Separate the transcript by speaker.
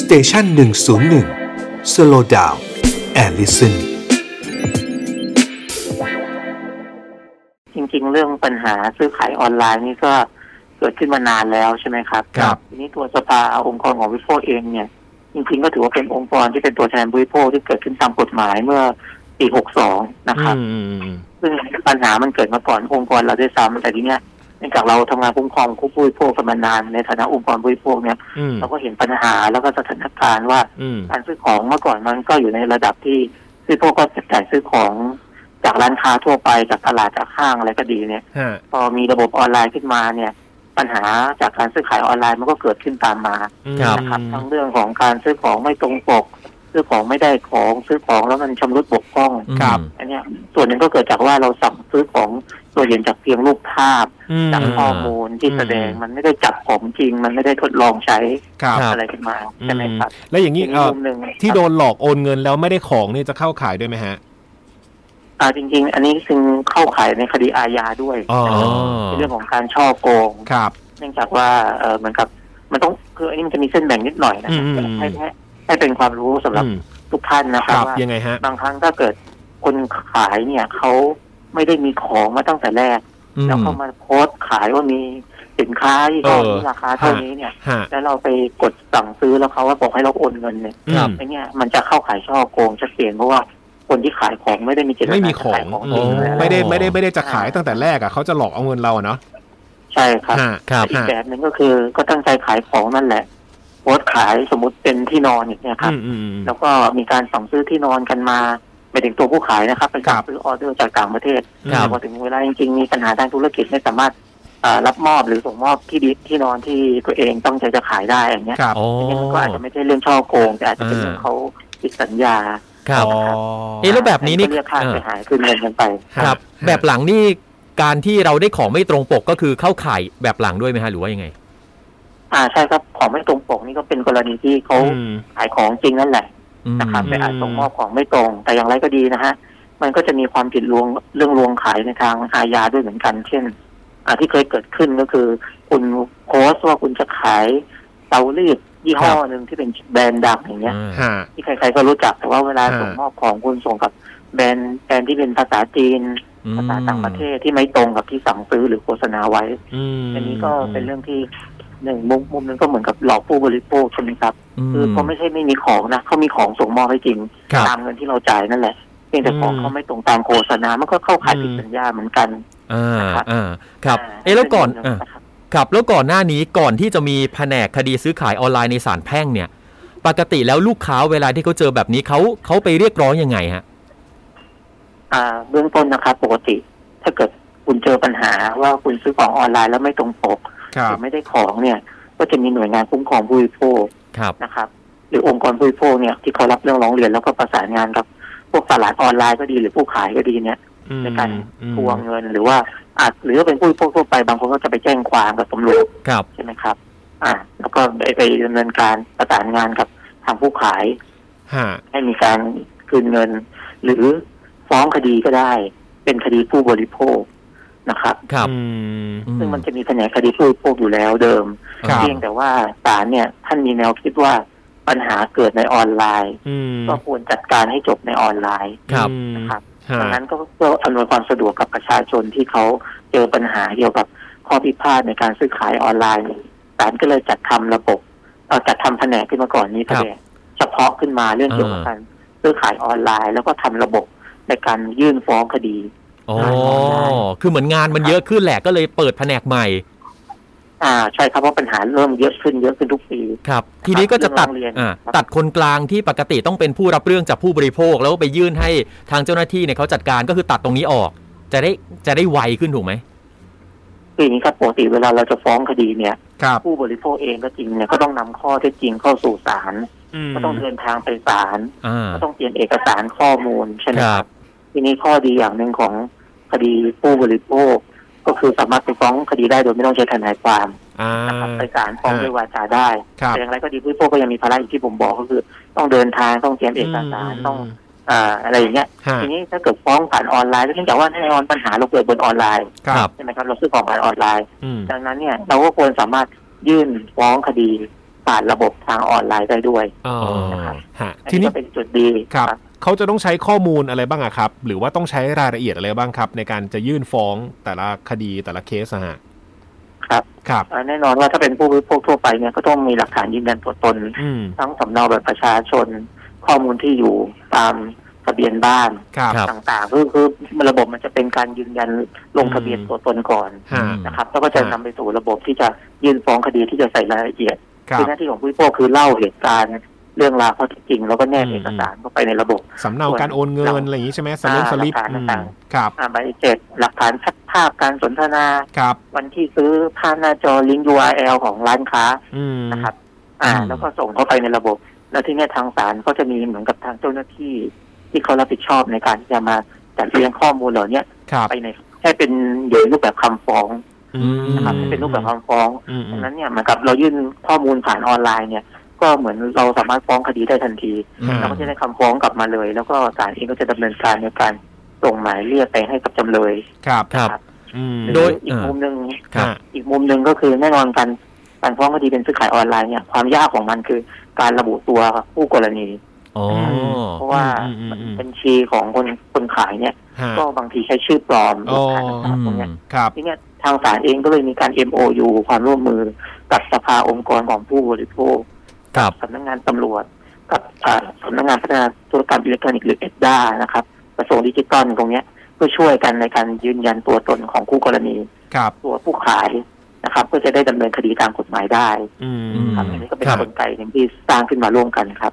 Speaker 1: สเตชันหนึ่งศูนย์หนึ่งสโลดาวแอลลิสัน
Speaker 2: จริงๆ เรื่องปัญหาซื้อขายออนไลน์นี่ก็เกิดขึ้นมานานแล้วใช่ไหมครับ
Speaker 3: ครับ
Speaker 2: ทีนี้ตัวสภาองค์กรของวิโพเองเนี่ยจริงๆ ก็ถือว่าเป็นองค์กรที่เป็นตัวแทนวิโพที่เกิดขึ้นตามกฎหมายเมื่อปี 62 นะครับ
Speaker 3: อืมอืมอืม
Speaker 2: ซึ่งปัญหามันเกิดมาก่อนองค์กรเราด้วยซ้ำแต่ทีเนี้ยเนื่องจากเราทำงานคุ้มครองผู้บริโภคกันมานานในฐานะองค์กรผู้บริโภคเนี่ย
Speaker 3: อืม
Speaker 2: เราก็เห็นปัญหาแล้วก็สถานการณ์ว่า
Speaker 3: อืม
Speaker 2: การซื้อของเมื่อก่อนมันก็อยู่ในระดับที่ซื้อพวกก็จับจ่ายซื้อของจากร้านค้าทั่วไปจากตลาดจากห้างอะไรก็ดีเนี่ย
Speaker 3: ฮะ
Speaker 2: พอมีระบบออนไลน์ขึ้นมาเนี่ย ปัญหาจากการซื้อขายออนไลน์มันก็เกิดขึ้นตามมา
Speaker 3: อืม
Speaker 2: นะครับทั้งเรื่องของการซื้อของไม่ตรงปก ซื้อของไม่ได้ของซื้อของแล้วมันชำรุดบกพร่อง
Speaker 3: ครับ
Speaker 2: อันเนี้ยส่วนหนึ่งก็เกิดจากว่าเราสั่งซื้อของตัวเห็นจากเพียงรูปภาพ
Speaker 3: อืม
Speaker 2: จากข้อมูลที่แสดงมันไม่ได้จับของจริง มันไม่ได้ทดลองใช้
Speaker 3: ครับ
Speaker 2: อะไรขึ้นมาใช่ไหมครับ
Speaker 3: แล้วอย่างนี้
Speaker 2: ที
Speaker 3: เอ่อ
Speaker 2: มุมหนึ่ง
Speaker 3: ที่โดนหลอกโอนเงินแล้วไม่ได้ของนี่จะเข้าขายด้วยไหมฮะ
Speaker 2: อ่าจริง ๆ อันนี้ซึ่งเข้าข่ายในคดีอาญาด้วย
Speaker 3: อ๋อ
Speaker 2: เรื่องของการช่อโกง
Speaker 3: ครับ
Speaker 2: เนื่องจากว่าเออเหมือนกับมันต้องคืออันนี้มันจะมีเส้นแบ่งนิดหน่อยนะครับ
Speaker 3: อืมอืม
Speaker 2: ให้ให้ให้เป็นความรู้สำหรับ
Speaker 3: อืม
Speaker 2: ทุกท่านนะ
Speaker 3: ค
Speaker 2: ครับ
Speaker 3: รับ
Speaker 2: ว่า
Speaker 3: ยังไงฮะ
Speaker 2: บางครั้งถ้าเกิดคนขายเนี่ยเขาไม่ได้มีของมาตั้งแต่แรก แล้วเขามาโพสต์ขายว่ามีสินค้าที่เท่านี้
Speaker 3: เออ
Speaker 2: ราคาเท่านี้เนี่ย
Speaker 3: ฮะ
Speaker 2: แล้วเราไปกดสั่งซื้อแล้วเขาว่าบอกให้เราโอนเงินเนี่ย
Speaker 3: ครับ
Speaker 2: ไอเนี่ยมันจะเข้าขายช่อโกงชัดเจนเพราะว่าคนที่ขายของไม่ได้มีเจตนา
Speaker 3: ไม่มี
Speaker 2: จะ
Speaker 3: ของ
Speaker 2: ขายของจ
Speaker 3: อื
Speaker 2: ริง
Speaker 3: ม
Speaker 2: นะ
Speaker 3: ไม่ได้ไม่ได้ไม่ได้จะขายตั้งแต่แรกอ่ะเขาจะหลอกเอาเงินเราอะเนาะ
Speaker 2: ใช่ครับ
Speaker 3: ฮะ
Speaker 4: ครับ
Speaker 2: อีก
Speaker 3: ฮะ
Speaker 2: แบบหนึ่งก็คือก็ตั้งใจขายของนั่นแหละโพสต์ขายสมมติเป็นที่นอนอย่างเงี้ยครับ
Speaker 3: อืมอืมอืม
Speaker 2: แล้วก็มีการสั่งซื้อที่นอนกันมาไปถึงตัวผู้ขายนะครับเป็น
Speaker 3: ครั
Speaker 2: กา
Speaker 3: บ
Speaker 2: รซื้อออเดอร์จากต่างประเทศ
Speaker 3: ครับ
Speaker 2: แต่พอถึงเวลาจริงๆมีปัญหาทางธุรกิจไม่สามารถเอ่อรับมอบหรือส่งมอบที่ดินที่นอนที่ตัวเองตั้งใจจะขายได้อย่างเงี้ย
Speaker 3: ครับ
Speaker 4: อ๋อ
Speaker 2: อันนี้มันก็อาจจะไม่ใช่เรื่องช่อโกงแต่อาจจะเป็น
Speaker 4: อ่า
Speaker 2: เรื่องเขาผิดสัญญา
Speaker 4: ครับ
Speaker 3: อ๋อ
Speaker 4: เอ๊ะแล้วแบบนี้นี่
Speaker 2: ก็เรียกค่าเสียหายคืนเงินกันไป
Speaker 3: ฮะ
Speaker 4: ครับ
Speaker 3: ฮะ
Speaker 4: แบบหลังนี่การที่เราได้ของไม่ตรงปกก็คือเข้าข่ายแบบหลังด้วยไหมฮะหรือว่ายังไง
Speaker 2: อ่าใช่ครับของไม่ตรงปกนี่ก็เป็นกรณีที่เขา
Speaker 3: อืม
Speaker 2: ขายของจริงนั่นแหละ
Speaker 4: อืม
Speaker 2: นะครับ
Speaker 3: อืม
Speaker 2: แต่อาจส่งมอบของไม่ตรง แต่อย่างไรก็ดีนะฮะ มันก็จะมีความผิดลวงเรื่องลวงขายในทางอาญาด้วยเหมือนกัน เช่นอาที่เคยเกิดขึ้นก็คือ คุณโพสต์ว่าคุณจะขายเตารีดยี่ห้อหนึ่งที่เป็นแบรนด์ดังอย่างเงี้ย
Speaker 3: ฮะ
Speaker 2: ที่ใครๆก็รู้จักแต่ว่าเวลา
Speaker 3: อ่า
Speaker 2: ส่งมอบของคุณส่งกับแบรนด์แบรนด์ที่เป็นภาษาจีน
Speaker 4: อืม
Speaker 2: ภาษาต่างประเทศที่ไม่ตรงกับที่สั่งซื้อหรือโฆษณาไว้
Speaker 3: อืม
Speaker 2: อันนี้ก็เป็นเรื่องที่หนึ่งมุมมุมหนึงก็เหมือนกับหลอกผู้บริโภคใช่ไหมครับ คือเขาไม่ใช่ไม่มีของนะเขามีของส่งมอบให้จริง
Speaker 3: ครับ
Speaker 2: ตามเงินที่เราจ่ายนั่นแหละเพียงแต่ของ
Speaker 3: อืม
Speaker 2: เขาไม่ตรงตามโฆษณา มันก็เข้าขาย
Speaker 3: อืม
Speaker 2: ผิดสัญญาเหมือนกัน
Speaker 4: อ่า
Speaker 2: นะครับ
Speaker 4: อ่าครับ
Speaker 2: า
Speaker 4: เอ๊ะแล้วก่อน
Speaker 2: เป็
Speaker 4: อ่า
Speaker 2: เรื่งครับ
Speaker 4: ครับแล้วก่อนหน้านี้ก่อนที่จะมีแผนกคดีซื้อขายออนไลน์ในศาลแพ่งเนี่ย ปกติแล้วลูกค้าเวลาที่เขาเจอแบบนี้เขาเขาไปเรียกร้องยังไงฮะ
Speaker 2: อ่าเบื้องต้นนะครับปกติ ถ้าเกิดคุณเจอปัญหาว่าคุณซื้อของออนไลน์แล้วไม่ตรงปกห
Speaker 3: ครั
Speaker 2: รื
Speaker 3: บ
Speaker 2: อไม่ได้ของเนี่ย ก็จะมีหน่วยงานคุ้มครองผู้บริโภค
Speaker 4: ครับ
Speaker 2: นะครับ หรือองค์กรผู้บริโภคเนี่ยที่เขารับเรื่องร้องเรียนแล้วก็ประสานงานกับพวกตลาดออนไลน์ก็ดีหรือผู้ขายก็ดีเนี่ย ในการทวงเงินหรือว่าอาจหรือว่าเป็นผู้บริโภคทั่วไปบางคนก็จะไปแจ้งความกับตำรวจ
Speaker 4: ครับ
Speaker 2: ใช่ไหมครับ อ่า แล้วก็ไปไปดำเนินการประสานงานกับทางผู้ขาย
Speaker 3: ฮะ
Speaker 2: ให้มีการคืนเงิน หรือฟ้องคดีก็ได้ เป็นคดีผู้บริโภคนะครับ
Speaker 4: ครับ
Speaker 3: อืม
Speaker 2: ซึ่งมันจะมีแผนกคดีผู้บริโภคอยู่แล้วเดิม
Speaker 3: ครับ
Speaker 2: เพียงแต่ว่าศาลเนี่ยท่านมีแนวคิดว่าปัญหาเกิดในออนไลน์
Speaker 3: อืม
Speaker 2: ก็ควรจัดการให้จบในออนไลน์
Speaker 4: ครับ
Speaker 2: นะครับ
Speaker 3: ฮะ
Speaker 2: ดังนั้นก็เพื่ออำนวยความสะดวกกับประชาชนที่เขาเจอปัญหาเกี่ยวกับข้อพิพาทในการซื้อขายออนไลน์ศาลก็เลยจัดทำระบบเอ่อจัดทำแผนกขึ้นมาก่อนนี้
Speaker 4: ค
Speaker 2: แผ
Speaker 4: รับ
Speaker 2: นกเฉพาะขึ้นมาเรื่องเกี่ยวกับการซื้อขายออนไลน์ แล้วก็ทำระบบในการยื่นฟ้องคดี
Speaker 4: อ๋อคือเหมือนงานมันเยอะขึ้นแหละก็เลยเปิดแผนกใหม่
Speaker 2: อ่าใช่ครับเพราะปัญหาเริ่มเยอะขึ้นเยอะขึ้นทุกปี
Speaker 4: ครับ ทีนี้ก็จะตัด
Speaker 2: เรื่องร้องเรียน
Speaker 4: อ่า
Speaker 2: ครับ
Speaker 4: ตัดคนกลางที่ปกติต้องเป็นผู้รับเรื่องจากผู้บริโภค แล้วไปยื่นให้ทางเจ้าหน้าที่เนี่ยเขาจัดการก็คือตัดตรงนี้ออก จะได้จะได้ไวขึ้นถูกไหม
Speaker 2: คืออย่างนี้ครับปกติเวลาเราจะฟ้องคดีเนี่ย
Speaker 3: ครับ
Speaker 2: ผู้บริโภคเองก็จริงเนี่ยก็ต้องนำข้อเท็จจริงเข้าสู่ศาล
Speaker 3: ม
Speaker 2: ก็ต้องเดินทางไปศาล
Speaker 4: อ่า
Speaker 2: ก็ต้องเตรียมเอกสารข้อมูลใช่ไหม
Speaker 4: ค
Speaker 2: ค
Speaker 4: รั
Speaker 2: รับ บ ทีนี้ข้อดีอย่างหนึ่งของคดีผู้บริโภค ก็คือสามารถไปฟ้องคดีได้โดยไม่ต้องใช้ทนายความ
Speaker 3: อ่า
Speaker 2: นะครับไปศาลฟ้อง
Speaker 3: อ่า
Speaker 2: ด้วยวาจาได้
Speaker 3: ครับ
Speaker 2: แต่อย่างไรก็ดีผู้บริโภคก็ยังมีภาระอย่างที่ผมบอกก็คือ ต้องเดินทางต้องเตรียมเอกสารต้องอ่าอะไรอย่างเงี้ย
Speaker 3: ฮะ
Speaker 2: ทีนี้ถ้าเกิดฟ้องผ่านออนไลน์เนื่องจากว่าแน่นอนปัญหาเราเกิดบนออนไลน์
Speaker 3: ครับ
Speaker 2: ใช่ไหมครับเราซื้อของผ่านออนไลน์
Speaker 3: อืม
Speaker 2: ดังนั้นเนี่ยเราก็ควรสามารถยื่นฟ้องคดี ผ่านระบบทางออนไลน์ได้ด้วย
Speaker 3: อ๋อฮะ
Speaker 2: อัน
Speaker 3: ที
Speaker 2: นี้
Speaker 3: นี้
Speaker 2: ก็เป็นจุดดี
Speaker 3: ครับเขาจะต้องใช้ข้อมูลอะไรบ้างอะครับ หรือว่าต้องใช้รายละเอียดอะไรบ้างครับ ในการจะยื่นฟ้องแต่ละคดีแต่ละเคสอะฮะ
Speaker 2: ครับ
Speaker 3: ครับ
Speaker 2: อ่าแน่นอนว่าถ้าเป็นผู้บริโภคทั่วไปเนี่ยก็ต้องมีหลักฐานยืนยันตัวตน
Speaker 3: อืม
Speaker 2: ทั้งสำเนาบัตรประชาชน ข้อมูลที่อยู่ตามทะเบียนบ้าน
Speaker 3: ครับ
Speaker 4: ครับ
Speaker 2: ต่างๆคือคือระบบมันจะเป็นการยืนยันลงทะเบียนตัวตนก่อน
Speaker 3: ฮะ
Speaker 2: นะครับแล้วก็จะนำไปสู่ระบบที่จะยื่นฟ้องคดีที่จะใส่รายละเอียด
Speaker 3: ครั
Speaker 2: คื
Speaker 3: บ
Speaker 2: อหน้าที่ของผู้บริโภคคือเล่าเหตุการณ์เรื่องราวข้อเท็จจริง แล้วก็แนบ
Speaker 3: อืม
Speaker 2: เอกสารเข้าไปในระบบ
Speaker 3: สำเนาการโอนเงินอะไรอย่างนี้ใช่ไหมสลิป
Speaker 2: อ่า
Speaker 3: สลิป
Speaker 2: หลักฐาน
Speaker 3: อืม
Speaker 2: ต่าง
Speaker 3: ครับ
Speaker 2: อ่าใบเสร็จหลักฐานชัดภาพการสนทนา
Speaker 3: ครับ
Speaker 2: วันที่ซื้อภาพหน้าจอลิงก์ URL ของร้านค้า
Speaker 3: อืม
Speaker 2: นะครับ อ่า
Speaker 4: อืม
Speaker 2: แล้วก็ส่งเข้าไปในระบบ แล้วที่เนี่ยทางศาลก็จะมีเหมือนกับทางเจ้าหน้าที่ ที่เขารับผิดชอบในการที่จะมาจัดเรียงข้อมูลเหล่าเนี้ย
Speaker 3: ครับ
Speaker 2: ไปในแค่เป็นเดี๋ยวรูปแบบคำฟ้อง
Speaker 3: อืม
Speaker 2: นะครับ
Speaker 4: อืม
Speaker 2: ให้เป็นรูปแบบคำฟ้อง
Speaker 3: อืมอื
Speaker 2: ดั
Speaker 3: ม
Speaker 2: งนั้นเนี่ยเหมือนกับเรายื่นข้อมูลผ่านออนไลน์เนี่ย ก็เหมือนเราสามารถฟ้องคดีได้ทันที
Speaker 4: อืม
Speaker 2: เราก็จะได้คำฟ้องกลับมาเลย แล้วก็ศาลเองก็จะดำเนินการในการส่งหมายเรียกไปให้กับจำเลย
Speaker 3: ครับ
Speaker 4: ครับ
Speaker 3: อืม
Speaker 4: โดย
Speaker 2: อีกมุมหนึ่ง
Speaker 4: ครับ
Speaker 3: ฮะ
Speaker 2: อีกมุมหนึ่งก็คือแน่นอนการการฟ้องคดีเป็นซื้อขายออนไลน์เนี่ยความยากของมันคือการระบุตัวผู้กรณี
Speaker 4: อ๋อ
Speaker 2: เพราะว่า
Speaker 3: อืมอืมอืม
Speaker 2: บัญชีของคนคนขายเนี่ย
Speaker 3: ฮะ
Speaker 2: ก็บางทีใช้ชื่อปลอม
Speaker 3: อ๋อ
Speaker 2: ขายต่างๆตรงเนี้ย
Speaker 3: ครับ
Speaker 2: ทีเนี้ยทางศาลเองก็เลยมีการ MOU ความร่วมมือกับสภาองค์กรของผู้บริโภค
Speaker 4: ครับ
Speaker 2: สำนักงานตำรวจ กับอ่าสำนักงานพัฒนาธุรกรรมอิเล็กทรอนิกส์หรือเอ็ดด้านะครับกระทรวงดิจิทัลตรงเนี้ยเพื่อช่วยกันในการยืนยันตัวตนของคู่กรณี
Speaker 3: ครับ
Speaker 2: ตัวผู้ขายนะครับก็จะได้ดำเนินคดีตามกฎหมายได้
Speaker 3: อืม
Speaker 4: อืม
Speaker 2: ครับอันนี้ก็เป็น
Speaker 4: ครับ
Speaker 2: กลไกหนึ่งที่สร้างขึ้นมาร่วมกันครับ